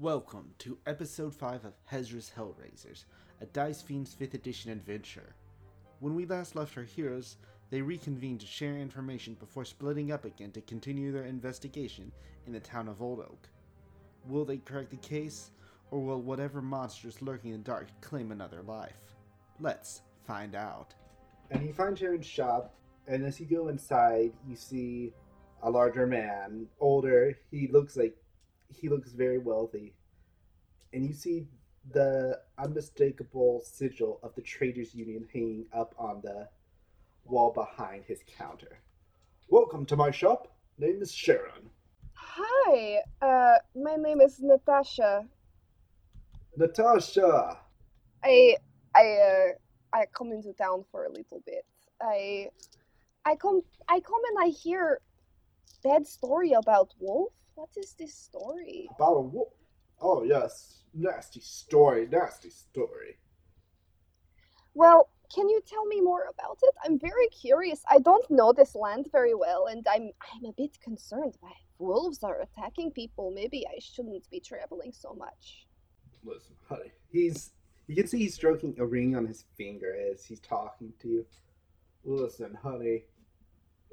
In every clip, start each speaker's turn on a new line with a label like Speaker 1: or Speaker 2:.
Speaker 1: Welcome to episode 5 of Hezra's Hellraisers, a Dice Fiends 5th edition adventure. When we last left our heroes, they reconvened to share information before splitting up again to continue their investigation in the town of Old Oak. Will they crack the case, or will whatever monsters lurking in the dark claim another life? Let's find out.
Speaker 2: and he finds Sharon's shop. And as you go inside, you see a larger man, older. He looks like he looks very wealthy, and you see the unmistakable sigil of the Traders Union hanging up on the wall behind his counter. Welcome to my shop. Name is Sharon.
Speaker 3: Hi, uh, my name is Natasha.
Speaker 2: Natasha.
Speaker 3: I I uh, I come into town for a little bit. I I come I come and I hear bad story about wolf. What is this story?
Speaker 2: About a wolf. Oh yes, nasty story. Nasty story.
Speaker 3: Well, can you tell me more about it? I'm very curious. I don't know this land very well, and I'm I'm a bit concerned. Why wolves are attacking people? Maybe I shouldn't be traveling so much.
Speaker 2: Listen, honey. He's you can see he's stroking a ring on his finger as he's talking to you. Listen, honey.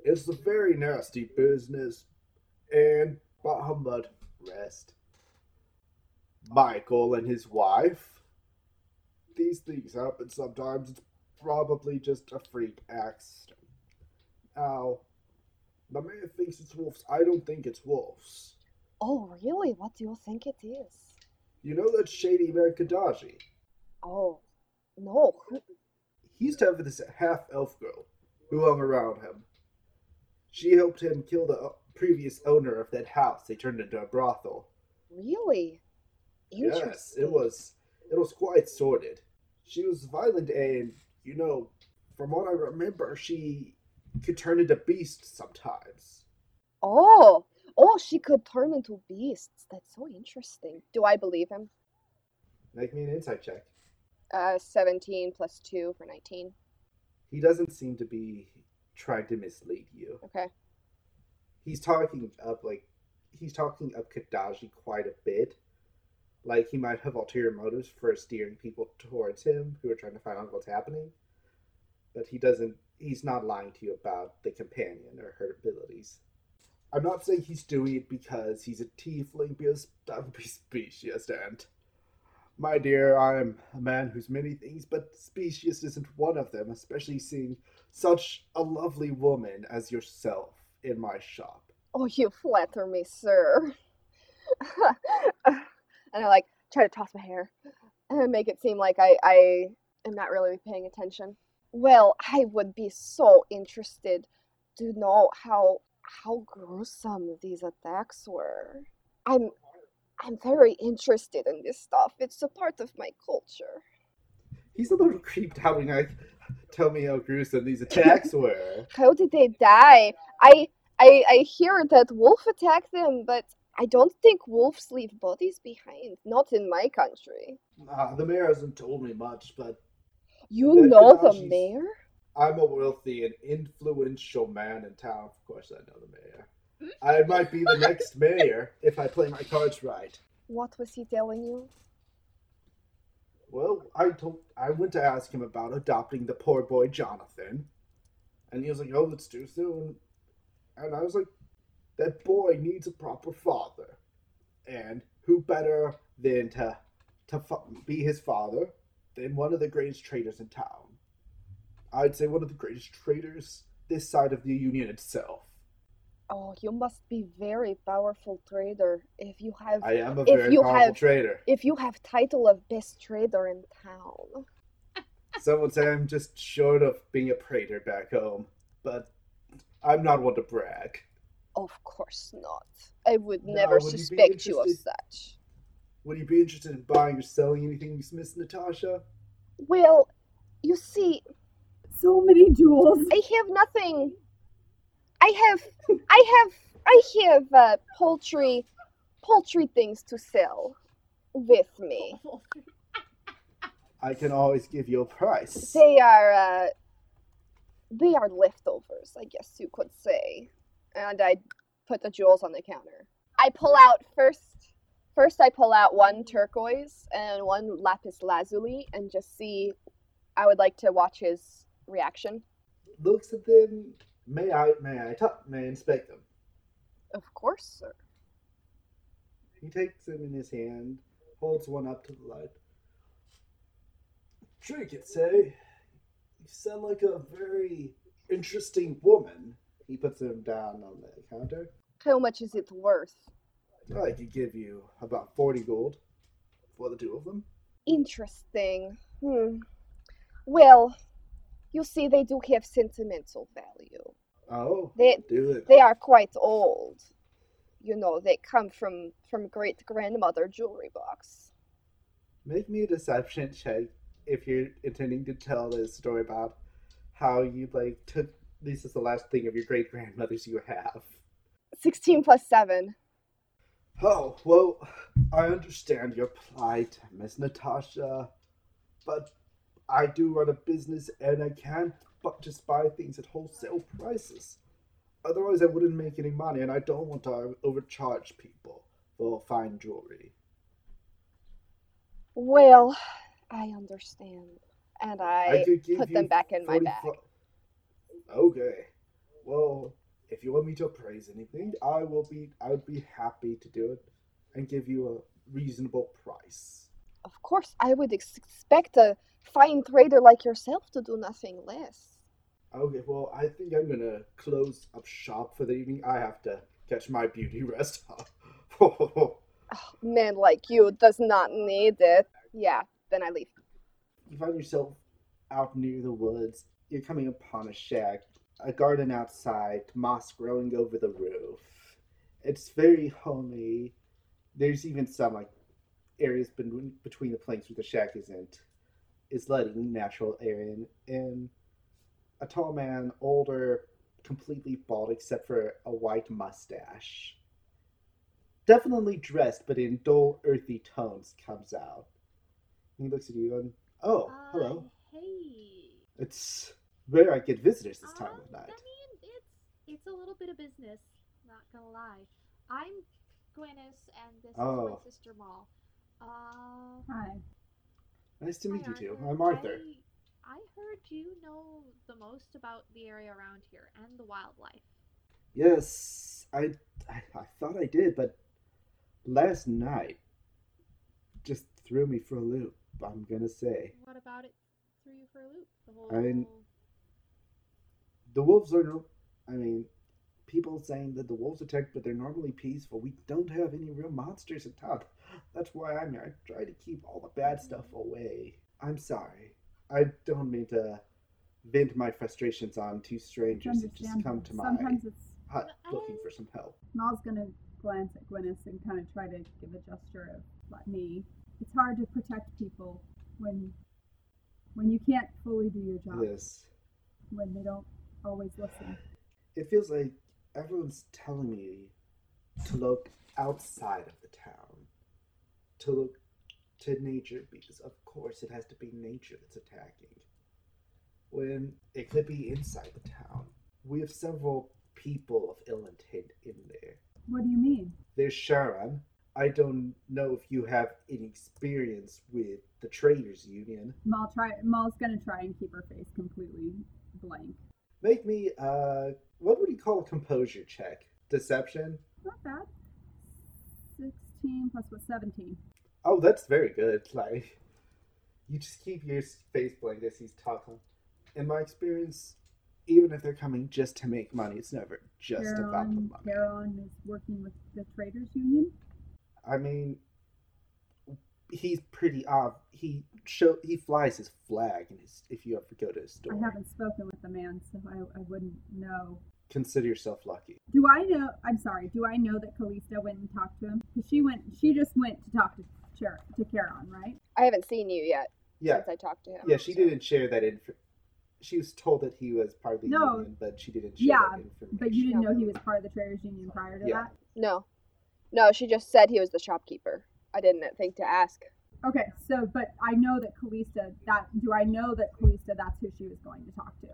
Speaker 2: It's a very nasty business. And Bahamut rest. Michael and his wife. These things happen sometimes. It's probably just a freak accident. Now, the man thinks it's wolves. I don't think it's wolves.
Speaker 3: Oh, really? What do you think it is?
Speaker 2: You know that shady man Kadaji?
Speaker 3: Oh, no. Who,
Speaker 2: he used to have this half elf girl who hung around him. She helped him kill the o- previous owner of that house they turned into a brothel.
Speaker 3: Really? Interesting.
Speaker 2: Yes, it was it was quite sordid. She was violent and, you know, from what I remember, she could turn into beasts sometimes.
Speaker 3: Oh, oh, she could turn into beasts. That's so interesting. Do I believe him?
Speaker 2: Make me an insight check.
Speaker 3: Uh, 17 plus 2 for 19.
Speaker 2: He doesn't seem to be trying to mislead you.
Speaker 3: Okay.
Speaker 2: he's talking up like he's talking up Kadaji quite a bit. Like he might have ulterior motives for steering people towards him who are trying to find out what's happening. But he doesn't he's not lying to you about the companion or her abilities. I'm not saying he's doing it because he's a tiefling because that would be specious and my dear, I am a man who's many things, but specious isn't one of them, especially seeing such a lovely woman as yourself in my shop.
Speaker 3: Oh, you flatter me, sir. and I like try to toss my hair and make it seem like I, I am not really paying attention. Well, I would be so interested to know how how gruesome these attacks were. I'm I'm very interested in this stuff. It's a part of my culture.
Speaker 2: He's a little creeped out when I tell me how gruesome these attacks were.
Speaker 3: How did they die? I I I hear that wolf attacked them, but I don't think wolves leave bodies behind. Not in my country.
Speaker 2: Ah, the mayor hasn't told me much, but
Speaker 3: You
Speaker 2: Yeah,
Speaker 3: know the
Speaker 2: Kadaji's-
Speaker 3: mayor?
Speaker 2: I'm a wealthy and influential man in town. Of course, I know the mayor. I might be the next mayor if I play my cards right.
Speaker 3: What was he telling you?
Speaker 2: Well, I told I went to ask him about adopting the poor boy Jonathan, and he was like, "Oh, it's too soon," and I was like, "That boy needs a proper father, and who better than to to fa- be his father than one of the greatest traders in town? I'd say one of the greatest traders this side of the union itself.
Speaker 3: Oh, you must be very powerful trader if you have
Speaker 2: I am a
Speaker 3: If
Speaker 2: very
Speaker 3: you
Speaker 2: powerful
Speaker 3: have-
Speaker 2: trader.
Speaker 3: if you have title of best trader in town.
Speaker 2: Some would say I'm just short of being a praetor back home, but I'm not one to brag."
Speaker 3: Of course not. I would
Speaker 2: No,
Speaker 3: never
Speaker 2: would you be
Speaker 3: suspect you of
Speaker 2: interested-
Speaker 3: such.
Speaker 2: Would you be interested in buying or selling anything, Miss Natasha?
Speaker 3: Well, you see,
Speaker 4: so many jewels.
Speaker 3: I have nothing. I have, I have, I have uh, poultry, poultry things to sell with me.
Speaker 2: I can always give you a price.
Speaker 3: They are, uh, they are leftovers, I guess you could say. And I put the jewels on the counter. I pull out first First, I pull out one turquoise and one lapis lazuli and just see. I would like to watch his reaction.
Speaker 2: Looks at them. May I? May I? Talk, may I inspect them?
Speaker 3: Of course, sir.
Speaker 2: He takes them in his hand, holds one up to the light. Trinkets, eh? You sound like a very interesting woman. He puts them down on the counter.
Speaker 3: How much is it worth?
Speaker 2: I could give you about 40 gold for the two of them.
Speaker 3: Interesting. Hmm. Well, you see, they do have sentimental value.
Speaker 2: Oh,
Speaker 3: They
Speaker 2: do it.
Speaker 3: they are quite old. You know, they come from from great grandmother jewelry box.
Speaker 2: Make me a deception check if you're intending to tell this story about how you, like, took this is the last thing of your great grandmother's you have.
Speaker 3: Sixteen plus seven.
Speaker 2: Oh, well, I understand your plight, Miss Natasha, but I do run a business and I can't but just buy things at wholesale prices. Otherwise, I wouldn't make any money, and I don't want to overcharge people for fine jewelry.
Speaker 3: Well, I understand, and I,
Speaker 2: could give
Speaker 3: put
Speaker 2: you
Speaker 3: them back in my
Speaker 2: 40
Speaker 3: bag.
Speaker 2: Okay. Well, if you want me to appraise anything, I will be. I would be happy to do it and give you a reasonable price.
Speaker 3: of course, I would ex- expect a fine trader like yourself to do nothing less.
Speaker 2: Okay, well, I think I'm gonna close up shop for the evening. I have to catch my beauty rest up.
Speaker 3: Oh, man like you does not need it. Yeah, then I leave.
Speaker 2: you find yourself out near the woods. You're coming upon a shack, a garden outside, moss growing over the roof. It's very homey. There's even some like areas between between the planks where the shack isn't. It's letting natural air in, and a tall man, older, completely bald except for a white mustache. Definitely dressed, but in dull, earthy tones, comes out. He looks at you and Oh, hello.
Speaker 5: Uh, hey.
Speaker 2: It's rare I get visitors this time
Speaker 5: Um,
Speaker 2: of night.
Speaker 5: I mean, it's it's a little bit of business. Not gonna lie. I'm Gwyneth, and this is
Speaker 2: Oh.
Speaker 5: my sister Maul. Uh,
Speaker 4: Hi.
Speaker 2: Nice to
Speaker 5: hi,
Speaker 2: meet you two.
Speaker 5: Arthur.
Speaker 2: I'm Arthur.
Speaker 5: I, I heard you know the most about the area around here and the wildlife.
Speaker 2: Yes, I, I I thought I did, but last night just threw me for a loop. I'm gonna say
Speaker 5: What about it threw you for a loop? The whole
Speaker 2: I mean- the wolves are. No, I mean, people saying that the wolves attack, but they're normally peaceful. We don't have any real monsters in town. That's why I'm here. I try to keep all the bad stuff away. I'm sorry. I don't mean to vent my frustrations on two strangers who just come to my
Speaker 4: Sometimes it's
Speaker 2: hut
Speaker 5: But I-
Speaker 2: looking for some help.
Speaker 4: Maul's gonna glance at Gwyneth and kind of try to give a gesture of like me. It's hard to protect people when when you can't fully do your job.
Speaker 2: Yes.
Speaker 4: When they don't always listen.
Speaker 2: It feels like everyone's telling me to look outside of the town, to look to nature, because of course it has to be nature that's attacking. When it could be inside the town. We have several people of ill intent in there.
Speaker 4: What do you mean?
Speaker 2: There's Sharon. I don't know if you have any experience with the Traders Union.
Speaker 4: Maul try Maul's gonna try and keep her face completely blank.
Speaker 2: Make me, uh, what would you call a composure check? Deception?
Speaker 4: Not bad. Sixteen plus what seventeen.
Speaker 2: Oh, that's very good. Like, you just keep your face blank as he's talking. In my experience, even if they're coming just to make money, it's never just about the
Speaker 4: Caron,
Speaker 2: money.
Speaker 4: Caron is working with the traders union.
Speaker 2: I mean, he's pretty ob. He show he flies his flag, and his, if you ever go to his store,
Speaker 4: I haven't spoken with the man, so I, I wouldn't know
Speaker 2: consider yourself lucky.
Speaker 4: Do I know? I'm sorry. Do I know that Callista went and talked to him? 'Cause she went. She just went to talk to Char- to Charon, right?
Speaker 3: I haven't seen you yet
Speaker 2: Yeah,
Speaker 3: since I talked to him.
Speaker 2: yeah. She
Speaker 3: so-
Speaker 2: didn't share that info. She was told that he was part of the
Speaker 4: No.
Speaker 2: union, but she didn't share
Speaker 4: Yeah,
Speaker 2: that information.
Speaker 4: But you didn't
Speaker 3: Yeah.
Speaker 4: know he was part of the Traders Union prior to
Speaker 2: Yeah.
Speaker 3: No, no. She just said he was the shopkeeper. I didn't think to ask.
Speaker 4: that. Okay. So, but I know that Callista. That do I know that Callista? That's who she was going to talk to.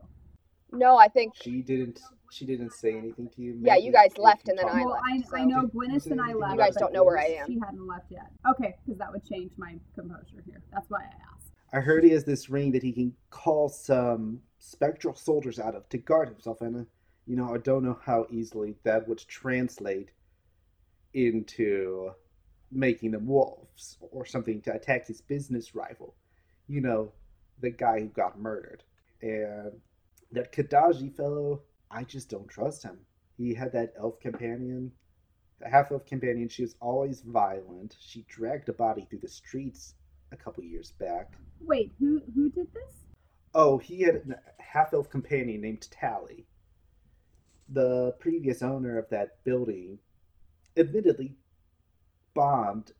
Speaker 3: No, I think
Speaker 2: She didn't. She didn't say anything to you.
Speaker 3: Yeah,
Speaker 2: Maybe
Speaker 3: you guys
Speaker 2: if
Speaker 3: left
Speaker 2: you
Speaker 3: and then
Speaker 2: talked-
Speaker 3: I
Speaker 4: well,
Speaker 3: left,
Speaker 4: I, I
Speaker 3: so-
Speaker 4: know Gwyneth and I
Speaker 2: You
Speaker 4: left.
Speaker 3: guys
Speaker 4: but
Speaker 3: don't know where I am.
Speaker 4: She hadn't left yet. Okay, because that would change my composure here. That's why I asked.
Speaker 2: I heard he has this ring that he can call some spectral soldiers out of to guard himself, and uh, you know I don't know how easily that would translate into making them wolves or something to attack his business rival. You know, the guy who got murdered, and that Kadaji fellow. I just don't trust him. He had that elf companion, the half elf companion. She was always violent. She dragged a body through the streets a couple years back.
Speaker 4: Wait, who who did this?
Speaker 2: Oh, he had a half elf companion named Tally. The previous owner of that building admittedly bombed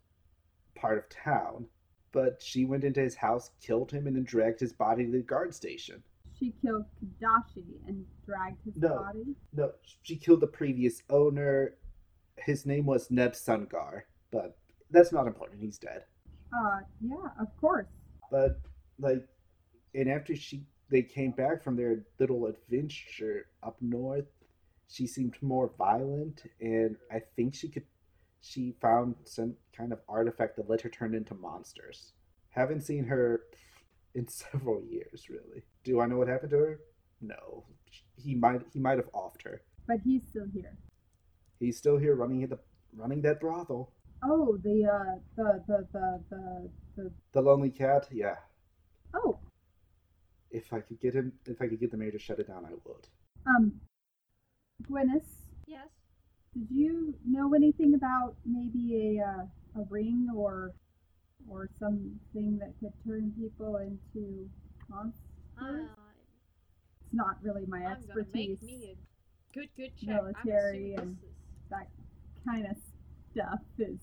Speaker 2: part of town, but she went into his house, killed him, and then dragged his body to the guard station.
Speaker 4: She killed Kadashi and dragged his
Speaker 2: No.
Speaker 4: body.
Speaker 2: No, she killed the previous owner. His name was Neb Sungar, but that's not important. He's dead.
Speaker 4: Uh, yeah, of course.
Speaker 2: but like and after she they came back from their little adventure up north she seemed more violent and i think she could she found some kind of artifact that let her turn into monsters haven't seen her in several years really do i know what happened to her no he might he might have offed her
Speaker 4: But he's still here.
Speaker 2: he's still here running the running that brothel
Speaker 4: Oh, the uh, the the the the.
Speaker 2: the lonely cat yeah
Speaker 4: Oh,
Speaker 2: if i could get him if i could get the mayor to shut it down i would
Speaker 4: um, Gwyneth,
Speaker 5: Yes.
Speaker 4: Did you know anything about maybe a uh, a ring or or something that could turn people into monsters?
Speaker 5: Uh,
Speaker 4: It's not really my
Speaker 5: I'm gonna
Speaker 4: expertise.
Speaker 5: make me a good, good check.
Speaker 4: Military
Speaker 5: I'm assuming
Speaker 4: and-
Speaker 5: this is-
Speaker 4: That kind of stuff is.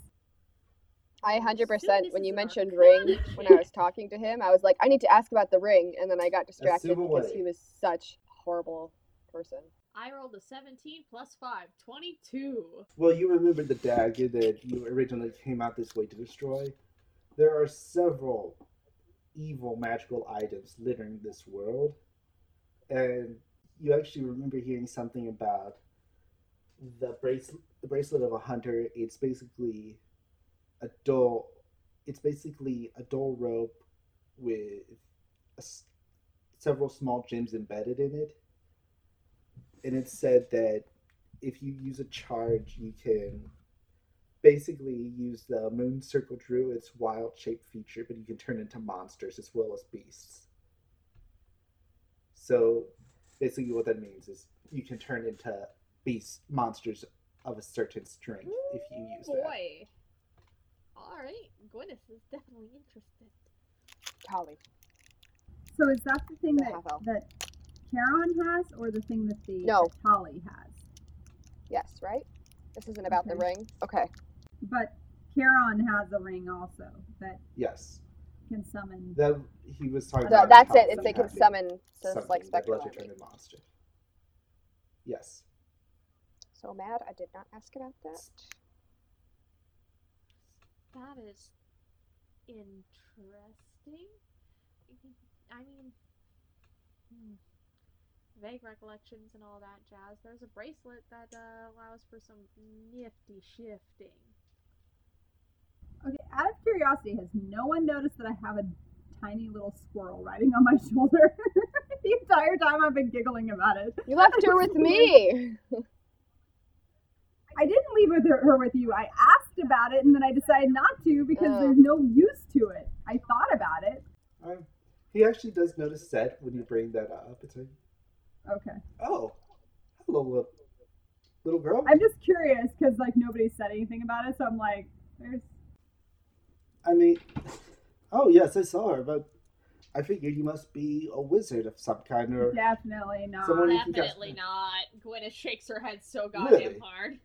Speaker 3: I hundred percent.
Speaker 5: this
Speaker 3: When
Speaker 5: is
Speaker 3: you
Speaker 5: an
Speaker 3: mentioned
Speaker 5: arcana
Speaker 3: ring, when I
Speaker 5: check.
Speaker 3: was talking to him, I was like, I need to ask about the ring, and then I got distracted
Speaker 2: civil
Speaker 3: because
Speaker 2: way.
Speaker 3: he was such a horrible person.
Speaker 5: I rolled a 17 plus 5, 22.
Speaker 2: Well, you remember the dagger that you originally came out this way to destroy? There are several evil magical items littering this world. And you actually remember hearing something about the bracelet, the bracelet of a hunter. It's basically a dull, it's basically a dull rope with a s several small gems embedded in it. And it said that if you use a charge, you can basically use the Moon Circle Druid's wild shape feature, but you can turn into monsters as well as beasts. So basically, what that means is you can turn into beasts, monsters of a certain strength if you use that.
Speaker 5: Boy. Alright, Gwyneth is definitely interested.
Speaker 3: Tali.
Speaker 4: So is that the thing
Speaker 3: The
Speaker 4: that
Speaker 3: half-elf.
Speaker 4: that Charon has, or the thing that the
Speaker 3: No.
Speaker 4: that Tali has?
Speaker 3: Yes, right. This isn't about the
Speaker 4: Okay.
Speaker 3: ring. Okay.
Speaker 4: But Charon has a ring also that
Speaker 2: Yes,
Speaker 4: can summon.
Speaker 2: that he was talking.
Speaker 4: So
Speaker 3: No,
Speaker 2: about
Speaker 3: that's
Speaker 2: how
Speaker 3: it. It's they can
Speaker 2: sometimes
Speaker 3: summon so it's
Speaker 2: something
Speaker 3: like
Speaker 2: that
Speaker 3: spectral.
Speaker 2: lets you turn into monster. Yes.
Speaker 3: So mad I did not ask about that.
Speaker 5: That is interesting. I mean, hmm, vague recollections and all that jazz. There's a bracelet that uh, allows for some nifty shifting.
Speaker 4: Okay, out of curiosity, has no one noticed that I have a tiny little squirrel riding on my shoulder? the entire time I've been giggling about it.
Speaker 3: You left her with me.
Speaker 4: I didn't leave with her, her with you. I asked about it and then I decided not to because
Speaker 3: Oh.
Speaker 4: there's no use to it. I thought about it.
Speaker 2: I, he actually does notice that when you bring that up. It's like,
Speaker 4: Okay.
Speaker 2: oh, hello, little, little girl.
Speaker 4: I'm just curious because like nobody said anything about it, so I'm like, there's
Speaker 2: I mean, oh yes, I saw her, but I figure you must be a wizard of some kind, or
Speaker 4: definitely not.
Speaker 2: Someone- you can guess.
Speaker 5: Definitely not. Gwyneth shakes her head so goddamn
Speaker 2: Really?
Speaker 5: hard.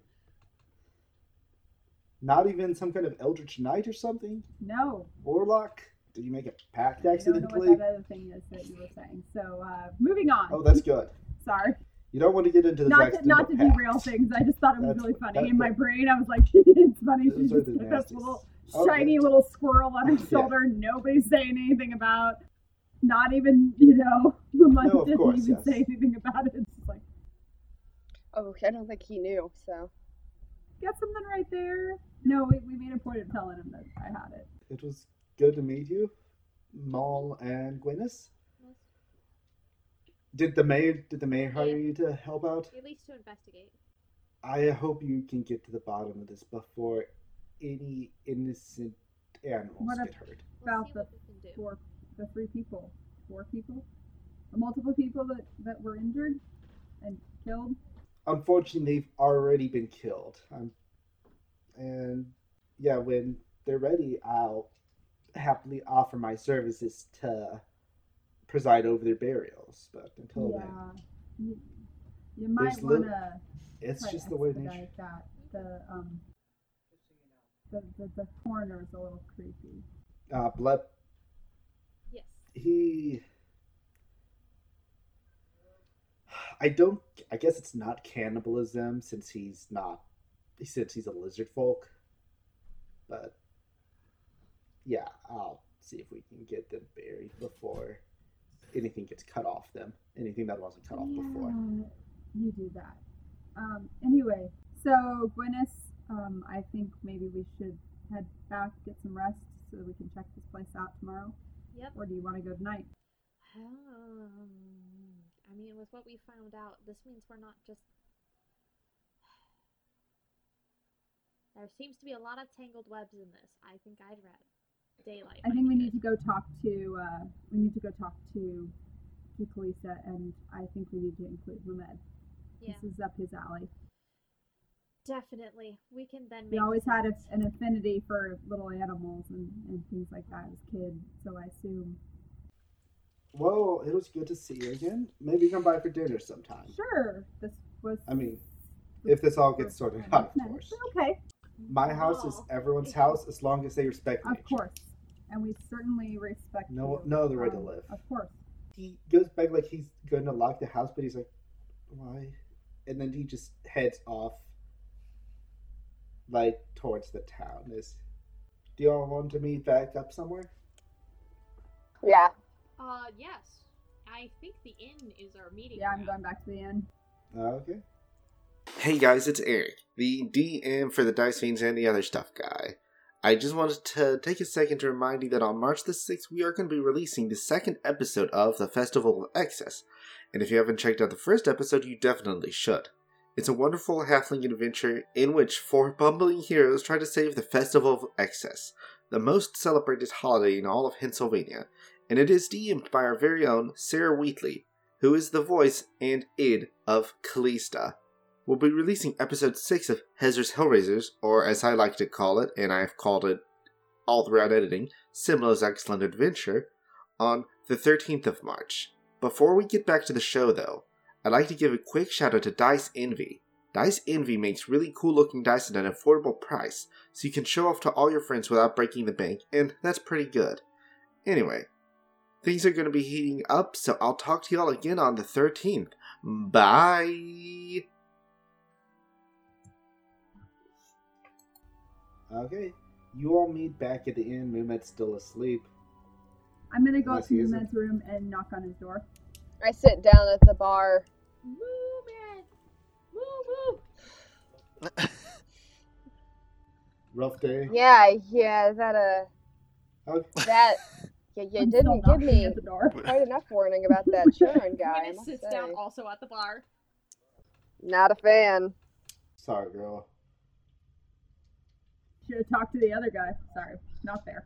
Speaker 2: not even some kind of eldritch knight or something.
Speaker 4: No.
Speaker 2: Warlock? Did you make a pact
Speaker 4: I don't know
Speaker 2: accidentally?
Speaker 4: what that other thing is that you were saying. So uh, moving on.
Speaker 2: Oh, that's good.
Speaker 4: Sorry.
Speaker 2: You don't want to get into the
Speaker 4: Not to, not to derail things. I just thought it was
Speaker 2: That's-
Speaker 4: really funny.
Speaker 2: that's
Speaker 4: In my
Speaker 2: the-
Speaker 4: brain, I was like, it's funny. She
Speaker 2: Those are
Speaker 4: just
Speaker 2: the
Speaker 4: took this
Speaker 2: nasties.
Speaker 4: little
Speaker 2: Okay.
Speaker 4: shiny little squirrel on her
Speaker 2: Yeah.
Speaker 4: shoulder. Nobody's saying anything about. not even, you know, Ramon
Speaker 2: No, of
Speaker 4: didn't
Speaker 2: course,
Speaker 4: even
Speaker 2: yes.
Speaker 4: say anything about it. It's just like,
Speaker 3: Oh, I don't think he knew. So
Speaker 4: got something right there. No, we, we made a point of telling him that I had it.
Speaker 2: It was good to meet you, Maul and Gwyneth.
Speaker 5: Yes.
Speaker 2: Did the mayor did the mayor hire you to help out?
Speaker 5: At least to investigate.
Speaker 2: I hope you can get to the bottom of this before any innocent animals
Speaker 4: What a-
Speaker 2: get hurt.
Speaker 5: We'll
Speaker 4: About
Speaker 5: see
Speaker 4: the
Speaker 5: what we can do.
Speaker 4: Four, the three people, four people, the multiple people that, that were injured and killed.
Speaker 2: Unfortunately, they've already been killed. Um, and yeah, when they're ready, I'll happily offer my services to preside over their burials. But until then,
Speaker 4: yeah. You, you might
Speaker 2: There's
Speaker 4: want
Speaker 2: lit-
Speaker 4: to.
Speaker 2: it's
Speaker 4: Right,
Speaker 2: just the way of
Speaker 4: expedite
Speaker 2: nature.
Speaker 4: That the um, the the, the coroner is a little creepy.
Speaker 2: Uh, blood.
Speaker 5: Yes.
Speaker 2: He. I don't. I guess it's not cannibalism since he's not. Since he's a lizard folk. But. Yeah, I'll see if we can get them buried before anything gets cut off them. Anything that wasn't cut off before.
Speaker 4: Yeah, You do that. Um, anyway, so Gwyneth, um, I think maybe we should head back, get some rest, so that we can check this place out tomorrow.
Speaker 5: Yep.
Speaker 4: Or do you want to go tonight?
Speaker 5: Um, Oh. I mean, with what we found out, this means we're not just. There seems to be a lot of tangled webs in this. I think I'd rather daylight.
Speaker 4: I
Speaker 5: might
Speaker 4: think
Speaker 5: be
Speaker 4: we need to
Speaker 5: good.
Speaker 4: go talk to uh, we need to go talk to to Kalisa, and I think we need to include Lumed.
Speaker 5: Yeah,
Speaker 4: This is up his alley.
Speaker 5: definitely. We can then.
Speaker 4: We
Speaker 5: make
Speaker 4: always had a,
Speaker 5: decisions.
Speaker 4: an affinity for little animals and, and things like that as kids, so I assume.
Speaker 2: Well, it was good to see you again. Maybe come by for dinner sometime.
Speaker 4: Sure, this was.
Speaker 2: I mean, if this all gets sorted out, of course.
Speaker 4: Okay,
Speaker 2: My house is
Speaker 5: Well,
Speaker 2: everyone's house as long as they respect
Speaker 4: of
Speaker 2: nature.
Speaker 4: course. And we certainly respect
Speaker 2: No,
Speaker 4: you.
Speaker 2: no other way to
Speaker 4: Um,
Speaker 2: live.
Speaker 4: Of course.
Speaker 2: he goes back like he's going to lock the house, but he's like, why? And then he just heads off, like towards the town. Is do y'all want to meet back up somewhere?
Speaker 3: yeah,
Speaker 5: Uh, yes. I think the inn is our meeting.
Speaker 4: Yeah, I'm
Speaker 5: ground.
Speaker 4: going back to the inn.
Speaker 2: Uh, okay.
Speaker 1: Hey guys, it's Eric, the DM for the Dice Fiends and the Other Stuff Guy. I just wanted to take a second to remind you that on March the 6th, we are going to be releasing the second episode of The Festival of Excess, and if you haven't checked out the first episode, you definitely should. It's a wonderful halfling adventure in which four bumbling heroes try to save the Festival of Excess, the most celebrated holiday in all of Pennsylvania, and it is DM'd by our very own Sarah Wheatley, who is the voice and id of Callista we'll be releasing episode 6 of Hezer's Hellraisers, or as I like to call it, and I've called it all throughout editing, Simlo's Excellent Adventure, on the 13th of March. Before we get back to the show, though, I'd like to give a quick shout out to Dice Envy. Dice Envy makes really cool looking dice at an affordable price, so you can show off to all your friends without breaking the bank, and that's pretty good. Anyway, things are going to be heating up, so I'll talk to y'all again on the 13th. Bye!
Speaker 2: Okay. You all meet back at the inn. Mehmet's still asleep.
Speaker 4: I'm going to go
Speaker 2: Unless
Speaker 4: up to
Speaker 2: he
Speaker 4: the
Speaker 2: isn't.
Speaker 4: men's room and knock on his door.
Speaker 3: I sit down at the bar.
Speaker 5: Move it! Move, move!
Speaker 2: Rough day.
Speaker 3: Yeah, yeah, that uh,
Speaker 2: Okay.
Speaker 3: that yeah, you
Speaker 4: I'm still
Speaker 3: didn't give
Speaker 4: knocking
Speaker 3: me
Speaker 4: at the door.
Speaker 3: quite enough warning about that churn guy. I
Speaker 5: Gwyneth
Speaker 3: must
Speaker 5: sits
Speaker 3: say.
Speaker 5: down also at the bar.
Speaker 3: Not a fan.
Speaker 2: Sorry, girl.
Speaker 4: Should have talked to the other guy. Sorry, not there.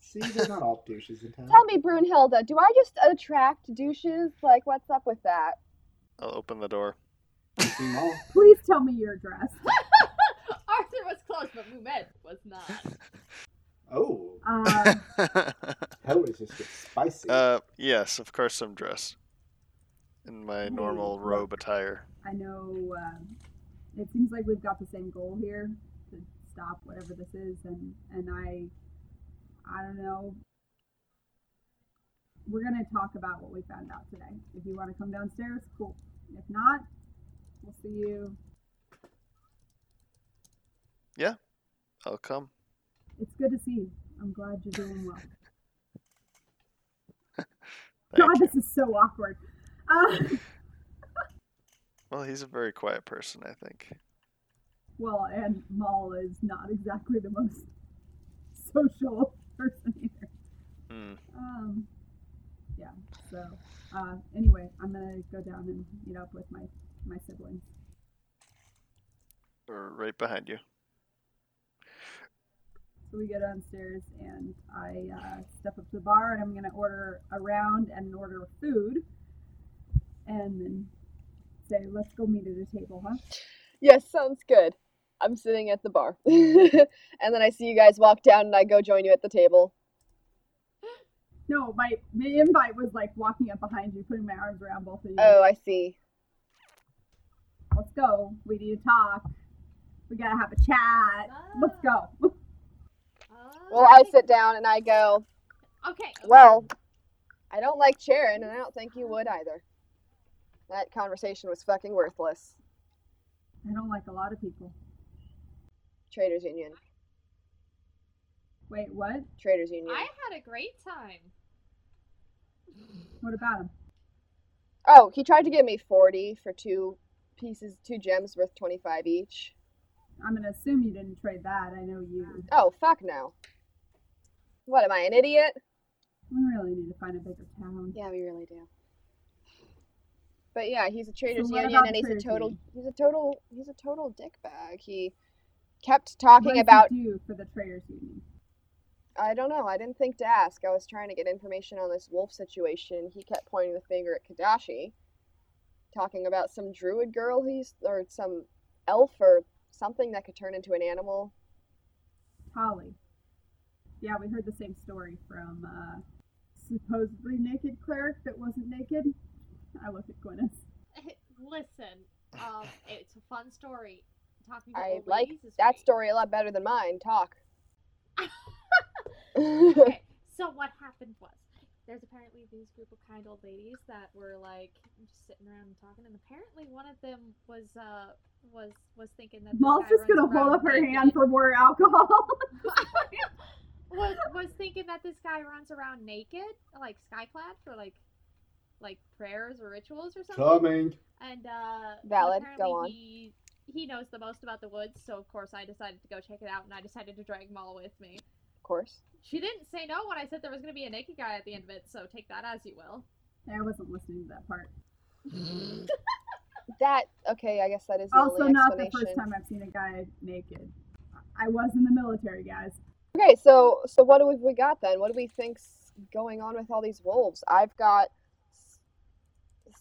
Speaker 2: See, they're not all douches in town.
Speaker 3: Tell me, Brunhilda, do I just attract douches? Like, what's up with that?
Speaker 6: I'll open the door.
Speaker 2: You see Maul.
Speaker 4: Please tell me your address.
Speaker 5: Arthur was close, but Mumed was not.
Speaker 2: Oh,
Speaker 4: Uh,
Speaker 2: Hellraisers get spicy.
Speaker 6: uh, yes, of course I'm dressed in my normal robe attire.
Speaker 4: I know um, it seems like we've got the same goal here to stop whatever this is, and and I, I don't know. We're gonna talk about what we found out today. If you want to come downstairs, cool. If not, we'll see you.
Speaker 6: I'll come.
Speaker 4: It's good to see you. I'm glad you're doing well.
Speaker 6: Thank
Speaker 4: God,
Speaker 6: you.
Speaker 4: this is so awkward. Uh,
Speaker 6: Well, he's a very quiet person, I think.
Speaker 4: well, and Maul is not exactly the most social person either.
Speaker 6: Hmm.
Speaker 4: Um, yeah. So, uh, anyway, I'm gonna go down and meet up with my my siblings.
Speaker 6: Or right behind you.
Speaker 4: So we go downstairs and I uh, step up to the bar and I'm gonna order a round and an order of food, and then say, "Let's go meet at a table, huh?"
Speaker 3: Yes, sounds good. I'm sitting at the bar. and then I see you guys walk down and I go join you at the table.
Speaker 4: No, my my invite was like walking up behind you, putting my arms around both of you.
Speaker 3: Oh, I see.
Speaker 4: Let's go. We need to talk. We gotta have a chat. Let's go.
Speaker 3: Well, I sit down and I go,
Speaker 5: Oh. Okay.
Speaker 3: Well, I don't like Sharon and I don't think you would either. That conversation was fucking worthless.
Speaker 4: I don't like a lot of people.
Speaker 3: Traders Union.
Speaker 4: Wait, what?
Speaker 3: Traders Union.
Speaker 5: I had a great time.
Speaker 4: What about him?
Speaker 3: Oh, he tried to give me 40 for two pieces, two gems worth 25 each.
Speaker 4: I'm gonna assume you didn't trade that. I know you.
Speaker 3: Oh, fuck no. What, am I an idiot?
Speaker 4: We really need to find a bigger town.
Speaker 3: Yeah, we really do. But yeah, he's a traders
Speaker 4: what
Speaker 3: union,
Speaker 4: about
Speaker 3: and
Speaker 4: the
Speaker 3: he's a
Speaker 4: traders
Speaker 3: total,
Speaker 4: union?
Speaker 3: he's a total, he's a total dickbag. He kept
Speaker 4: What does
Speaker 3: talking
Speaker 4: he
Speaker 3: about.
Speaker 4: do for the traders union.
Speaker 3: I don't know. I didn't think to ask. I was trying to get information on this wolf situation. He kept pointing the finger at Kadashi, talking about some druid girl he's or some elf or something that could turn into an animal.
Speaker 4: Holly. Yeah, we heard the same story from uh, supposedly naked cleric that wasn't naked. I look at Gwyneth.
Speaker 5: Listen, um, it's a fun story. Talking to
Speaker 3: I
Speaker 5: old
Speaker 3: like
Speaker 5: ladies is
Speaker 3: that
Speaker 5: great.
Speaker 3: story a lot better than mine. Talk.
Speaker 5: okay, so what happened was there's apparently these group of kind old ladies that were like just sitting around and talking, and apparently one of them was uh was was thinking that this
Speaker 4: Maul's
Speaker 5: guy
Speaker 4: just
Speaker 5: runs
Speaker 4: gonna hold
Speaker 5: around
Speaker 4: up her
Speaker 5: naked.
Speaker 4: hand for more alcohol.
Speaker 5: was was thinking that this guy runs around naked, like skyclad for like like prayers or rituals or something.
Speaker 2: Coming.
Speaker 5: And uh
Speaker 3: Valid.
Speaker 5: apparently
Speaker 3: Go on.
Speaker 5: He, he knows the most about the woods, so of course I decided to go check it out and I decided to drag Maul with me.
Speaker 3: Of course.
Speaker 5: She didn't say no when I said there was gonna be a naked guy at the end of it, so take that as you will.
Speaker 4: I wasn't listening to that part.
Speaker 3: That okay. I guess that is the
Speaker 4: also,
Speaker 3: only
Speaker 4: not
Speaker 3: explanation.
Speaker 4: the first time I've seen a guy naked. I was in the military, guys.
Speaker 3: Okay, so so what do we we got then? What do we think's going on with all these wolves? I've got s-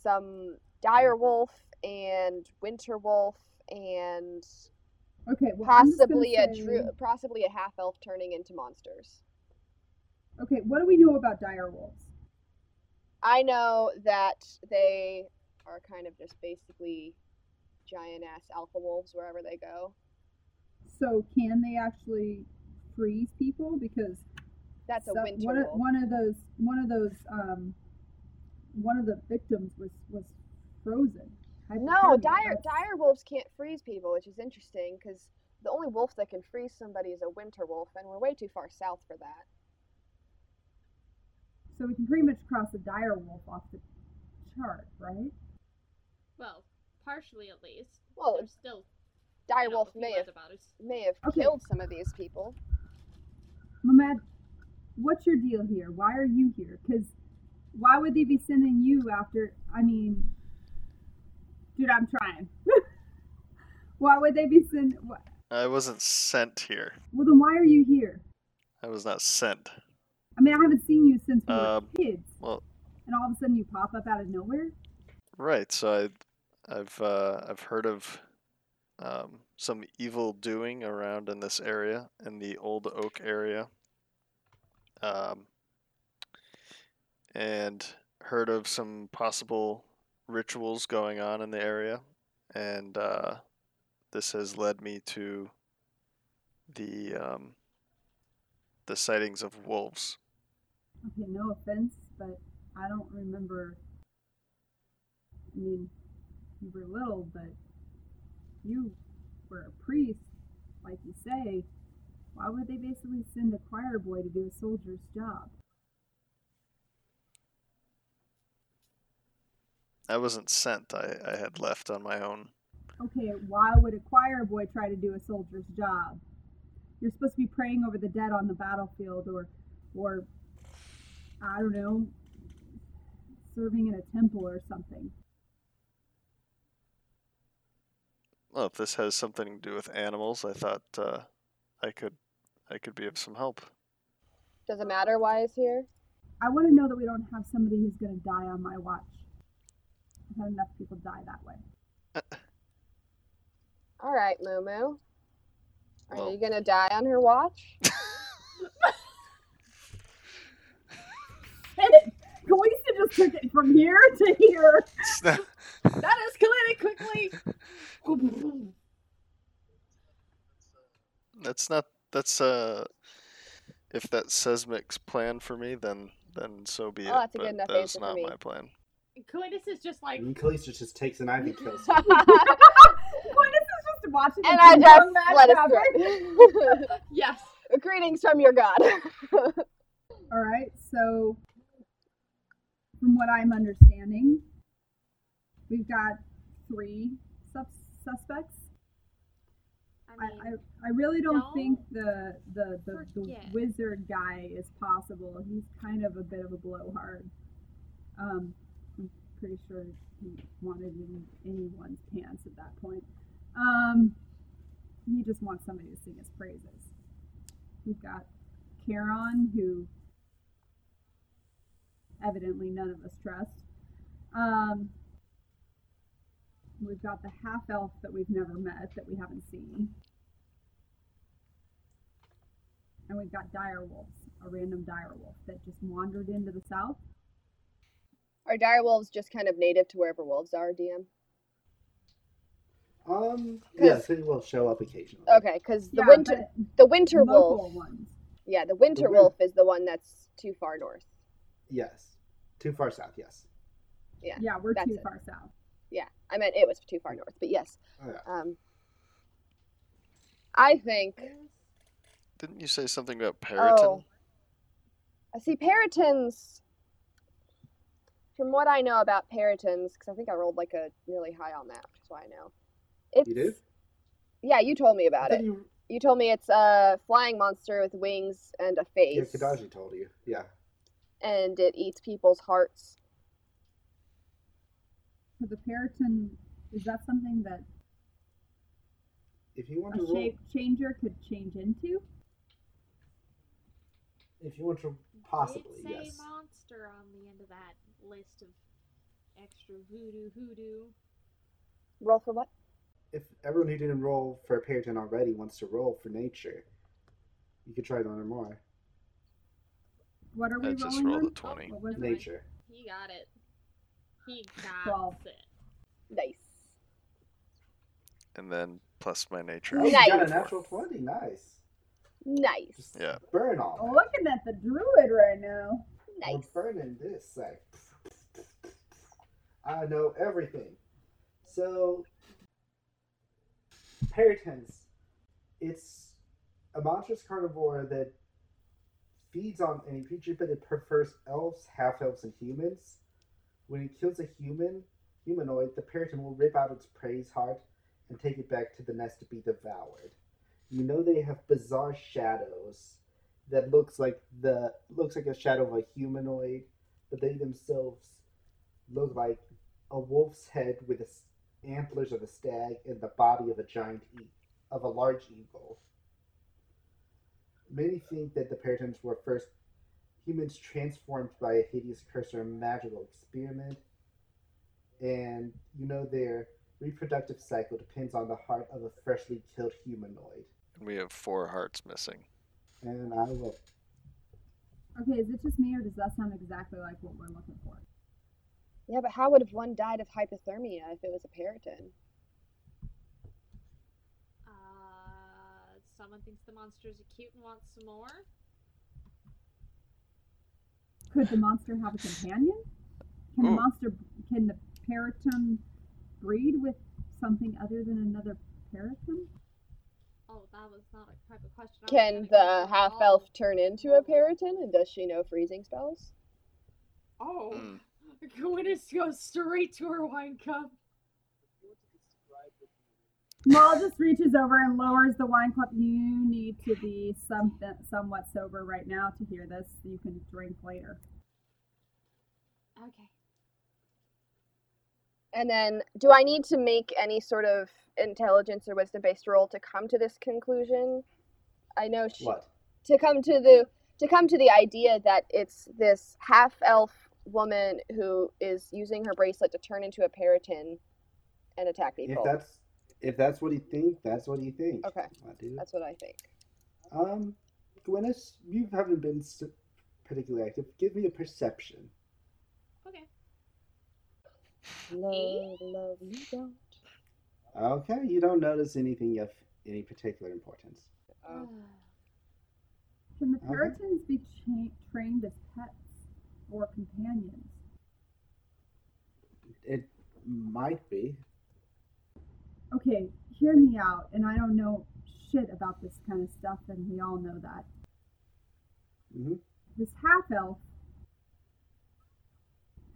Speaker 3: some dire wolf and winter wolf and
Speaker 4: Okay, well, I'm just gonna
Speaker 3: possibly a
Speaker 4: say-
Speaker 3: dru- possibly a half elf turning into monsters.
Speaker 4: Okay, what do we know about dire wolves?
Speaker 3: I know that they are kind of just basically giant ass alpha wolves wherever they go.
Speaker 4: So can they actually freeze people? Because
Speaker 3: That's a
Speaker 4: some-
Speaker 3: winter
Speaker 4: one of,
Speaker 3: wolf.
Speaker 4: one of those one of those um, one of the victims was was frozen.
Speaker 3: No,
Speaker 4: Hypothermia.
Speaker 3: dire
Speaker 4: That's-
Speaker 3: dire wolves can't freeze people, which is interesting because the only wolf that can freeze somebody is a winter wolf, and we're way too far south for that.
Speaker 4: So we can pretty much cross a dire wolf off the chart, right?
Speaker 5: Well, partially at least.
Speaker 3: Well,
Speaker 5: There's still
Speaker 3: Dire
Speaker 5: you know,
Speaker 3: wolf
Speaker 5: a few
Speaker 3: may
Speaker 5: left
Speaker 3: have
Speaker 5: about us.
Speaker 3: may have
Speaker 4: Okay.
Speaker 3: killed some of these people.
Speaker 4: Mehmed, what's your deal here? Why are you here? Because why would they be sending you after? I mean, dude, I'm trying. why would they be send? wh-
Speaker 6: I wasn't sent here.
Speaker 4: Well, then why are you here?
Speaker 6: I was not sent.
Speaker 4: I mean, I haven't seen you since we were
Speaker 6: Um,
Speaker 4: kids.
Speaker 6: well-
Speaker 4: and all of a sudden you pop up out of nowhere.
Speaker 6: Right. So I, I've uh, I've heard of um, some evil doing around in this area, in the Old Oak area, um, and heard of some possible rituals going on in the area, and uh, this has led me to the um, the sightings of wolves.
Speaker 4: Okay, no offense, but I don't remember. I mean, you were little, but you were a priest, like you say, Why would they basically send a choir boy to do a soldier's job?
Speaker 6: I wasn't sent. I, I had left on my own.
Speaker 4: Okay, why would a choir boy try to do a soldier's job? You're supposed to be praying over the dead on the battlefield or or I don't know, serving in a temple or something.
Speaker 6: Well, if this has something to do with animals, I thought uh, I could I could be of some help.
Speaker 3: Does it matter why it's here?
Speaker 4: I want to know that we don't have somebody who's going to die on my watch. I've had enough people die that way.
Speaker 3: All right, Moo Moo. Are
Speaker 6: Well-
Speaker 3: you gonna die on her watch?
Speaker 4: Hey, Kalisa just took it from here to here.
Speaker 6: It's not-
Speaker 5: That escalated quickly.
Speaker 6: that's not that's uh if that's Sesmic's plan for me, then then so be
Speaker 3: Oh,
Speaker 6: it.
Speaker 3: that's a good
Speaker 6: but
Speaker 3: enough
Speaker 6: that is
Speaker 3: answer for
Speaker 6: not
Speaker 3: me.
Speaker 6: my plan.
Speaker 5: Coitus is just like
Speaker 2: And Kalista just takes an ivy kills. him.
Speaker 4: Point is it's just watching
Speaker 3: and I just let us
Speaker 4: happen.
Speaker 3: through.
Speaker 5: yes.
Speaker 3: Greetings from your god.
Speaker 4: All right, so from what I'm understanding, we've got three sus- suspects.
Speaker 5: I
Speaker 4: I,
Speaker 5: mean,
Speaker 4: I, I really don't,
Speaker 5: don't
Speaker 4: think the the, the, the
Speaker 5: forget.
Speaker 4: wizard guy is possible. He's kind of a bit of a blowhard. Um, I'm pretty sure he wanted in anyone's pants at that point. Um, he just wants somebody to sing his praises. We've got Charon, who evidently none of us trust. Um, we've got the half elf that we've never met that we haven't seen. And we've got dire wolves, a random dire wolf that just wandered into the south.
Speaker 3: are dire wolves just kind of native to wherever wolves are, DM?
Speaker 2: Um, yes, they will show up occasionally.
Speaker 3: Okay, because the
Speaker 4: Yeah,
Speaker 3: winter the winter
Speaker 4: but local
Speaker 3: wolf.
Speaker 4: ones.
Speaker 3: Yeah, the winter
Speaker 2: win-
Speaker 3: wolf is the one that's too far north.
Speaker 2: Yes. Too far south, yes.
Speaker 3: Yeah,
Speaker 4: Yeah, we're
Speaker 3: that's
Speaker 4: too
Speaker 3: it.
Speaker 4: far south.
Speaker 3: I meant it was too far north, but yes.
Speaker 2: Oh, yeah.
Speaker 3: Um, I think.
Speaker 6: Didn't you say something about Periton?
Speaker 3: Oh. I see Peritons. From what I know about Peritons, because I think I rolled like a really high on that. That's why I know. It's,
Speaker 2: You do?
Speaker 3: Yeah, you told me
Speaker 2: I
Speaker 3: about
Speaker 2: thought
Speaker 3: it.
Speaker 2: you-
Speaker 3: You told me it's a flying monster with wings and a
Speaker 2: Yeah,
Speaker 3: face,
Speaker 2: Kadaji told you. Yeah.
Speaker 3: and it eats people's hearts.
Speaker 4: So the Periton, is that something that
Speaker 2: If you want to
Speaker 4: a
Speaker 2: roll,
Speaker 4: shape changer could change into?
Speaker 2: if you want to,
Speaker 5: Did
Speaker 2: possibly,
Speaker 5: say
Speaker 2: yes.
Speaker 5: monster on the end of that list of extra voodoo hoodoo.
Speaker 3: Roll for what?
Speaker 2: If everyone who didn't roll for a Periton already wants to roll for nature, you could try to learn more.
Speaker 4: What are we
Speaker 6: I
Speaker 4: rolling
Speaker 6: just rolled
Speaker 4: on?
Speaker 6: a twenty.
Speaker 4: What was it?
Speaker 5: Right.
Speaker 2: Nature.
Speaker 5: He got it. He got
Speaker 4: Well.
Speaker 5: it.
Speaker 3: Nice.
Speaker 6: And then plus my nature.
Speaker 2: Oh,
Speaker 3: Nice.
Speaker 2: you got a natural 20. Nice.
Speaker 3: Nice.
Speaker 2: Just
Speaker 6: Yeah.
Speaker 2: burn all.
Speaker 4: Oh,
Speaker 2: that.
Speaker 4: looking at the druid right now.
Speaker 3: Nice.
Speaker 2: We're burning this. Like, I know everything. So, Peritens, it's a monstrous carnivore that feeds on any creature, but it prefers elves, half elves, and humans. When it kills a human, humanoid, the Periton will rip out its prey's heart and take it back to the nest to be devoured. You know they have bizarre shadows that looks like the looks like a shadow of a humanoid, but they themselves look like a wolf's head with the s- antlers of a stag and the body of a giant e- of a large eagle. Many think that the Peritons were first humans transformed by a hideous curse or a magical experiment, and you know their reproductive cycle depends on the heart of a freshly killed humanoid.
Speaker 6: And we have four hearts missing.
Speaker 2: And I will
Speaker 4: Okay, is it just me or does that sound exactly like what we're looking for?
Speaker 3: Yeah, but how would have one died of hypothermia if it was a periton?
Speaker 5: Uh, someone thinks the monsters are cute and wants some more.
Speaker 4: Could the monster have a companion? Can the
Speaker 6: Ooh.
Speaker 4: monster can the periton breed with something other than another periton?
Speaker 5: A Oh, that was not a type of question. I was
Speaker 3: Can
Speaker 5: gonna
Speaker 3: the
Speaker 5: go for Oh,
Speaker 3: half elf turn into a Periton, and does she know freezing spells?
Speaker 5: Oh,
Speaker 6: Mm.
Speaker 5: Gwyneth goes straight to her wine cup.
Speaker 4: Maul just reaches over and lowers the wine cup. You need to be some, somewhat sober right now to hear this. You can drink later.
Speaker 5: Okay.
Speaker 3: And then, do I need to make any sort of intelligence or wisdom based roll to come to this conclusion? I know she,
Speaker 2: What?
Speaker 3: to come to the to come to the idea that it's this half elf woman who is using her bracelet to turn into a periton and attack
Speaker 2: If
Speaker 3: people.
Speaker 2: that's if that's what he thinks, that's what he thinks.
Speaker 3: Okay.
Speaker 2: My dude.
Speaker 3: That's what I think.
Speaker 2: Um, Gwyneth, you haven't been s- particularly active. Give me a perception.
Speaker 5: Okay.
Speaker 3: Love, love, you don't.
Speaker 2: Okay, you don't notice anything of any particular importance.
Speaker 3: Oh.
Speaker 4: Can the
Speaker 2: Okay.
Speaker 4: Puritans be cha- trained as pets or companions?
Speaker 2: It might be.
Speaker 4: Okay, hear me out, and I don't know shit about this kind of stuff, and we all know that.
Speaker 2: hmm
Speaker 4: This half elf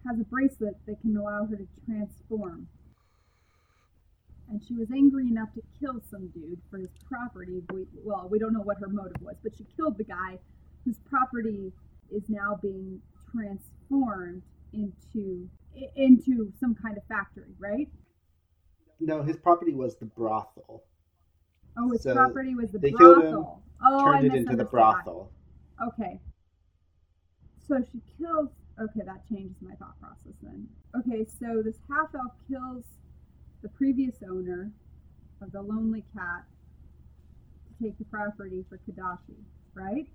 Speaker 4: has a bracelet that can allow her to transform. And she was angry enough to kill some dude for his property. We, well, we don't know what her motive was, but she killed the guy whose property is now being transformed into i- into some kind of factory, right?
Speaker 2: No, his property was the brothel.
Speaker 4: Oh, his
Speaker 2: So,
Speaker 4: property was the
Speaker 2: they killed him,
Speaker 4: brothel. oh, I
Speaker 2: Turned it into the
Speaker 4: misunderstood that.
Speaker 2: brothel.
Speaker 4: Okay. So she kills. Okay, that changes my thought process then. Okay, so this half elf kills the previous owner of the lonely cat to take the property for Kadashi, right?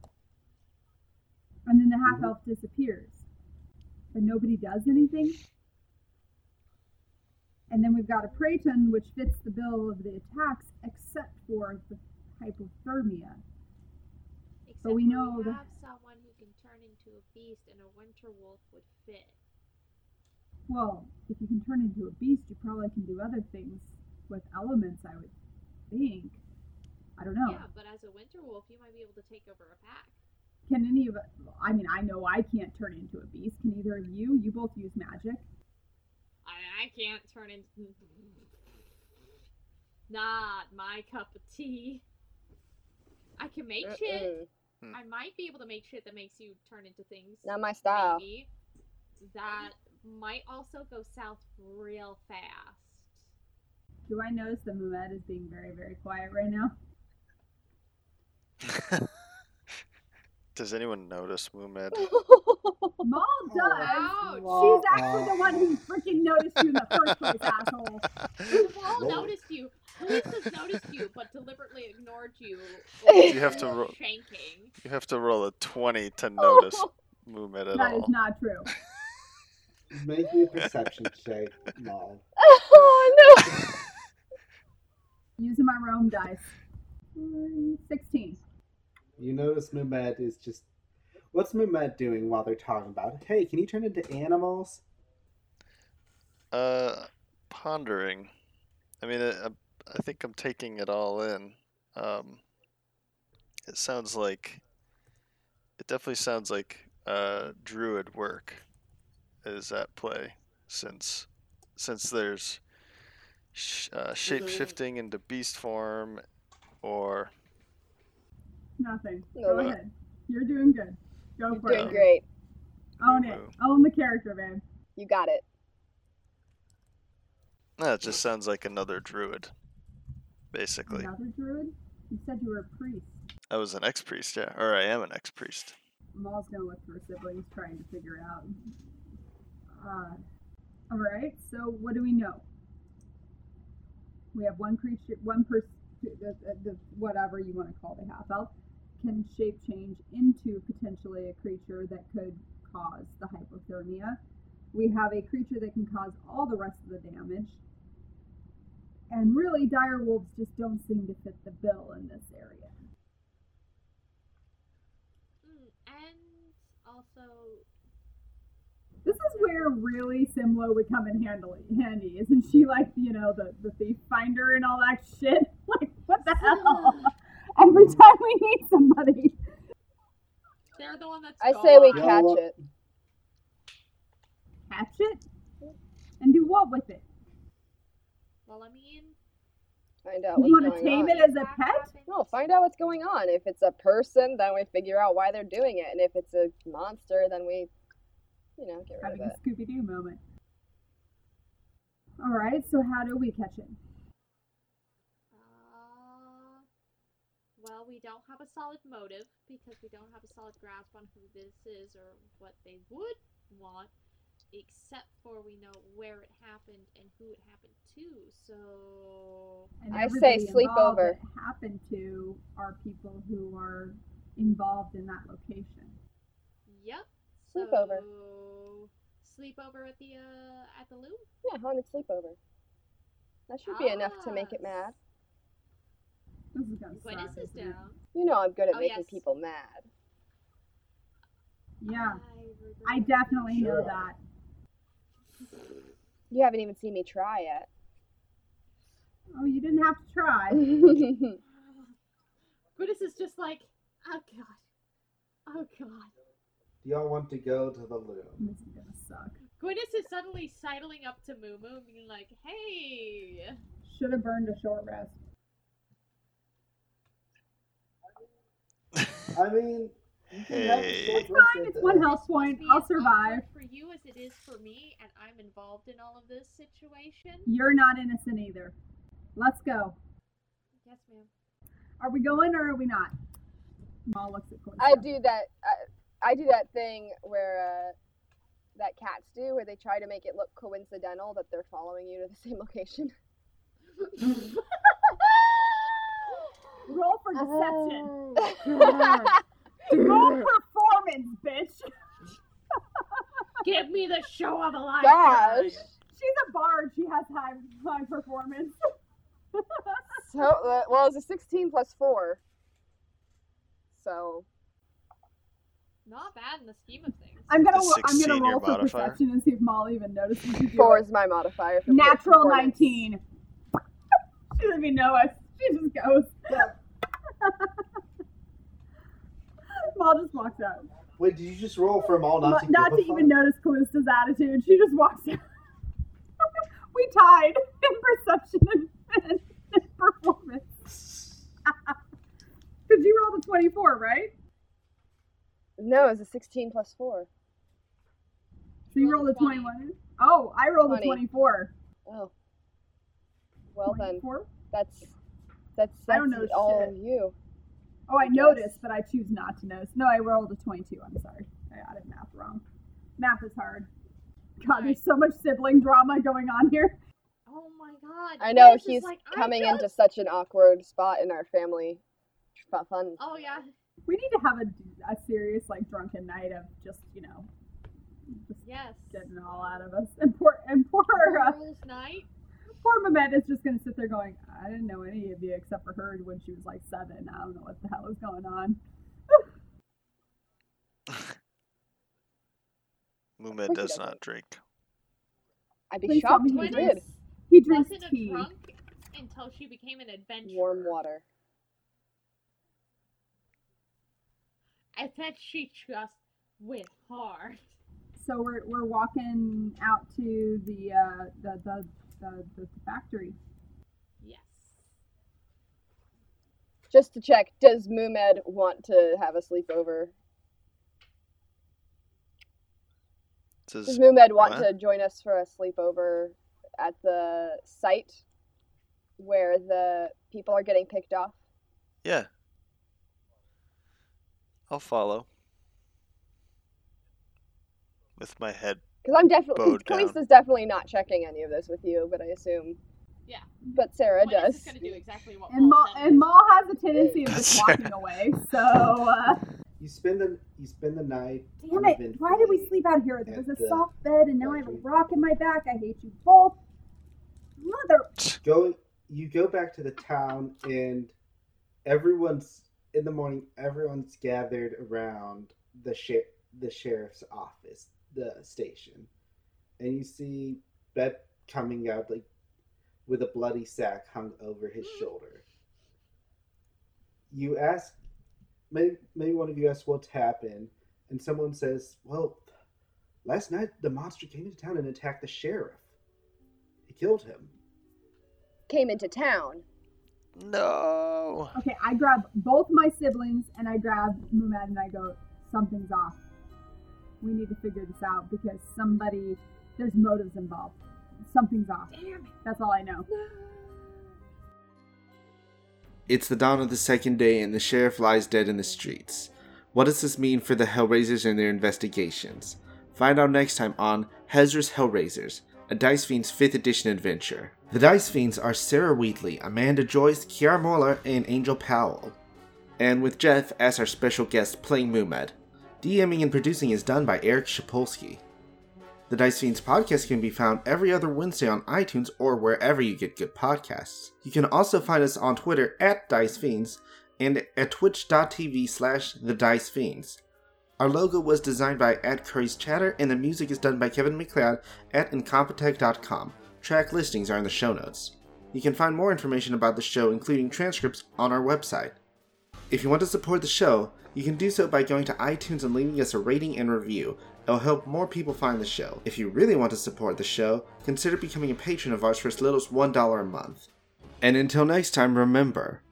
Speaker 4: And then the half elf disappears. And nobody does anything. And then we've got a Praeton, which fits the bill of the attacks, except for the hypothermia.
Speaker 5: Except
Speaker 4: we
Speaker 5: for
Speaker 4: know
Speaker 5: we
Speaker 4: the-
Speaker 5: have someone who can turn into a beast, and a winter wolf would fit.
Speaker 4: Well, if you can turn into a beast, you probably can do other things with elements, I would think. I don't know.
Speaker 5: Yeah, but as a winter wolf, you might be able to take over a pack.
Speaker 4: Can any of us, I mean, I know I can't turn into a beast. Can either of you? You both use magic.
Speaker 5: I, I can't turn into. Not my cup of tea. I can make shit.
Speaker 3: Mm-mm.
Speaker 5: I might be able to make shit that makes you turn into things.
Speaker 3: Not my style.
Speaker 5: Maybe. That might also go south real fast.
Speaker 4: Do I notice that Mehmed is being very, very quiet right now?
Speaker 6: Hmm. Does anyone notice Mumed?
Speaker 4: Maul does.
Speaker 5: Ouch!
Speaker 4: She's actually the one who freaking noticed you in the first place, asshole.
Speaker 5: We've all
Speaker 2: Roll.
Speaker 5: noticed you. Police has noticed you, but deliberately ignored you.
Speaker 3: You
Speaker 6: have to ro-
Speaker 5: Shanking.
Speaker 6: You have to roll a 20
Speaker 3: Oh.
Speaker 6: to notice Mumed at
Speaker 4: That is
Speaker 6: all.
Speaker 4: not true.
Speaker 2: Make me a perception check, Maul.
Speaker 3: oh no!
Speaker 4: Using my Rome dice. Mm, 16.
Speaker 2: You notice Mehmet is just. What's Mehmet doing while they're talking about it? Hey, can you turn into animals?
Speaker 6: Uh, pondering. I mean, I, I- I think I'm taking it all in. Um, it sounds like it definitely sounds like uh, druid work is at play since since there's sh- uh, shape shifting into beast form or
Speaker 4: Nothing.
Speaker 3: No,
Speaker 4: Go
Speaker 3: no.
Speaker 4: ahead. You're doing good. Go
Speaker 3: You're
Speaker 4: for it.
Speaker 3: doing great.
Speaker 4: Own it.
Speaker 6: Woo.
Speaker 4: Own the character, man.
Speaker 3: You got it.
Speaker 6: no, it just sounds like another druid, basically.
Speaker 4: Another druid? You said you were a priest.
Speaker 6: I was an ex priest, yeah, or I am an ex priest.
Speaker 4: Maul's gonna look for her siblings trying to figure out. Uh, Alright, so what do we know? We have one creature, one person, the, the, the, whatever you want to call the half elf, can shape change into potentially a creature that could cause the hypothermia. We have a creature that can cause all the rest of the damage. And really, dire wolves just don't seem to fit the bill in this area.
Speaker 5: Mm, and also,
Speaker 4: This is where really Simlo would come in handily, handy. Isn't she like, you know, the, the thief finder and all that shit? Like, what the hell? every time we need somebody.
Speaker 5: They're the one that's.
Speaker 3: I say we
Speaker 5: gone.
Speaker 2: Yeah,
Speaker 3: catch
Speaker 2: well-
Speaker 3: it.
Speaker 4: Catch it and do what with it?
Speaker 5: Well, I mean,
Speaker 3: Find out
Speaker 4: You
Speaker 3: what's
Speaker 4: wanna
Speaker 3: going
Speaker 4: tame
Speaker 3: on.
Speaker 4: it as a
Speaker 5: that
Speaker 4: pet?
Speaker 5: happened.
Speaker 3: No, find out what's going on. If it's a person, then we figure out why they're doing it, and if it's a monster, then we, you know, get rid
Speaker 4: Having
Speaker 3: of it.
Speaker 4: a Scooby Doo moment. All right, so how do we catch it?
Speaker 5: Uh, well, we don't have a solid motive because we don't have a solid grasp on who this is or what they would want, except for we know where it happened and who it happened to. So,
Speaker 4: And
Speaker 3: I say
Speaker 4: everybody involved
Speaker 3: sleepover.
Speaker 4: that Happened to are people who are involved in that location.
Speaker 5: yep.
Speaker 3: Sleepover.
Speaker 5: So, sleepover at the uh, at the loom.
Speaker 3: Yeah, haunted sleepover. That should be enough to make it
Speaker 5: Ah.
Speaker 3: mad.
Speaker 4: This is gonna suck,
Speaker 5: Gwyneth is
Speaker 4: isn't it?
Speaker 5: down.
Speaker 3: You know, I'm good at
Speaker 5: Oh,
Speaker 3: making
Speaker 5: yes.
Speaker 3: people mad.
Speaker 4: Yeah,
Speaker 5: regret
Speaker 4: I definitely know
Speaker 2: Sure.
Speaker 4: that.
Speaker 3: You haven't even seen me try yet.
Speaker 4: Oh, you didn't have to try.
Speaker 3: Wait,
Speaker 5: Gwyneth is just like, oh god, oh god.
Speaker 2: Do y'all want to go to the loom?
Speaker 4: This is gonna suck.
Speaker 5: Gwyneth is suddenly sidling up to Moo Moo, being like, hey.
Speaker 4: Should have burned a short rest.
Speaker 2: I mean, you can have a
Speaker 6: Hey.
Speaker 2: short
Speaker 6: It's
Speaker 2: rest at
Speaker 4: It's
Speaker 2: the-
Speaker 4: one health
Speaker 5: Must
Speaker 4: point.
Speaker 5: be
Speaker 4: I'll
Speaker 5: as
Speaker 4: survive.
Speaker 5: awkward For you as it is for me, and I'm involved in all of this situation.
Speaker 4: You're not innocent either. Let's go.
Speaker 5: Yes, ma'am.
Speaker 4: Are we going or are we not? Maul looks at Corsa.
Speaker 3: I do that. I, I do that thing where uh, that cats do, where they try to make it look coincidental that they're following you to the same location.
Speaker 4: Roll for deception.
Speaker 3: Oh
Speaker 4: Roll
Speaker 3: God.
Speaker 4: performance, bitch.
Speaker 5: Give me the show of a lifetime.
Speaker 3: Gosh.
Speaker 4: She's a bard. She has high, high performance.
Speaker 3: So, uh, well, it's a 16 plus 4. So,
Speaker 5: Not bad in the scheme of things.
Speaker 4: I'm gonna.
Speaker 6: The
Speaker 4: ro- I'm
Speaker 6: 16
Speaker 4: gonna
Speaker 6: your
Speaker 4: roll for
Speaker 6: modifier.
Speaker 4: perception and see if Maul even notices. you do it.
Speaker 3: 4 is my modifier. for
Speaker 4: Natural
Speaker 3: performance.
Speaker 4: 19. She doesn't even know us. She just goes. Maul just walks out.
Speaker 2: Wait, did you just roll from all
Speaker 4: Ma-
Speaker 2: not to,
Speaker 4: Not
Speaker 2: give
Speaker 4: to
Speaker 2: a
Speaker 4: even
Speaker 2: fuck?
Speaker 4: notice Callista's attitude. She just walks out. we tied in perception and, and, and performance. Because you rolled a 24, right?
Speaker 3: No, it's a 16 plus 4.
Speaker 4: So you
Speaker 5: Rolled
Speaker 4: rolled
Speaker 5: a
Speaker 4: a
Speaker 5: 20.
Speaker 4: 21. Oh, I rolled a
Speaker 3: 20.
Speaker 4: 24.
Speaker 3: Oh. Well, then,
Speaker 4: 24?
Speaker 3: that's. That's, that's
Speaker 4: I don't know
Speaker 3: all
Speaker 4: shit.
Speaker 3: you.
Speaker 4: Oh, I
Speaker 3: guess.
Speaker 4: noticed, but I choose not to notice. No, I rolled a 22. I'm sorry. I got it math wrong. Math is hard. God, there's so much sibling drama going on here.
Speaker 5: Oh my god.
Speaker 3: I know
Speaker 5: Gwyneth is
Speaker 3: he's
Speaker 5: like, "I
Speaker 3: coming
Speaker 5: just-"
Speaker 3: into such an awkward spot in our family fu- fun.
Speaker 5: Oh yeah.
Speaker 4: We need to have a, a serious, like, drunken night of just, you know, just
Speaker 5: Yes.
Speaker 4: getting it all out of us. And poor, and poor, uh,
Speaker 5: Girls' night.
Speaker 4: poor Mehmet is just going to sit there going, I didn't know any of you except for her when she was like seven. I don't know what the hell is going on.
Speaker 6: Mumed
Speaker 3: course he
Speaker 6: does
Speaker 3: doesn't.
Speaker 6: not drink.
Speaker 3: I'd be
Speaker 4: Please tell
Speaker 3: shocked
Speaker 4: me
Speaker 3: if
Speaker 4: he
Speaker 3: you
Speaker 4: drinks
Speaker 3: did.
Speaker 5: Gwyneth
Speaker 4: He drinks
Speaker 5: wasn't a
Speaker 4: tea.
Speaker 5: drunk until she became an adventurer.
Speaker 3: Warm water.
Speaker 5: And then she just went hard.
Speaker 4: So we're, we're walking out to the, uh, the, the, the, the factory.
Speaker 5: Yes.
Speaker 3: Just to check, does Mumed want to have a sleepover?
Speaker 6: This
Speaker 3: Does
Speaker 6: is
Speaker 3: Mumed want
Speaker 6: what?
Speaker 3: to join us for a sleepover at the site where the people are getting picked off?
Speaker 6: yeah. I'll follow. With my head
Speaker 3: Because I'm definitely,
Speaker 6: Bowed down.
Speaker 3: Kalisa's definitely not checking any of this with you, but I assume.
Speaker 5: Yeah.
Speaker 3: But Sarah
Speaker 5: Gwyneth
Speaker 3: does.
Speaker 5: is gonna do exactly what Maul
Speaker 4: And Maul,
Speaker 5: said.
Speaker 4: and Maul has a tendency of just
Speaker 6: That's
Speaker 4: walking away. So, uh,
Speaker 2: You spend the you spend the night.
Speaker 4: damn it. Why did we sleep out here? There was
Speaker 2: At
Speaker 4: a
Speaker 2: the
Speaker 4: soft bed, and now I have a
Speaker 2: factory.
Speaker 4: rock in my back. I hate you both. Mother.
Speaker 2: Go. You go back to the town, and everyone's in the morning. Everyone's gathered around the sheriff, the sheriff's office, the station, and you see Bet coming out like with a bloody sack hung over his shoulder. you ask, maybe, maybe one of you asks what's happened, and someone says, Well, last night the monster came into town and attacked the sheriff. He killed him.
Speaker 3: Came into town.
Speaker 6: No.
Speaker 4: Okay, I grab both my siblings and I grab Mumad and I go, something's off. We need to figure this out because somebody, there's motives involved. Something's off.
Speaker 5: Damn it.
Speaker 4: That's all I know.
Speaker 5: No.
Speaker 1: It's the dawn of the second day, and the sheriff lies dead in the streets. What does this mean for the Hellraisers and their investigations? Find out next time on Hezra's Hellraisers, a Dice Fiends 5th edition adventure. The Dice Fiends are Sarah Wheatley, Amanda Joyce, Kiara Moeller, and Angel Powell. And with Jeff as our special guest playing Mumed. DMing and producing is done by Eric Shapolsky. The Dice Fiends podcast can be found every other Wednesday on iTunes or wherever you get good podcasts. You can also find us on Twitter at Dice Fiends and at twitch.tv slash the Dice Fiends. Our logo was designed by at Curry's Chatter and the music is done by Kevin McLeod at incompetech.com. Track listings are in the show notes. You can find more information about the show, including transcripts, on our website. If you want to support the show, you can do so by going to iTunes and leaving us a rating and review. It'll help more people find the show. If you really want to support the show, consider becoming a patron of ours for as little as $1 a month. And until next time, remember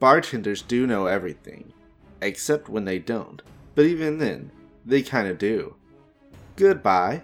Speaker 1: bartenders do know everything, except when they don't. But even then, they kinda do. Goodbye.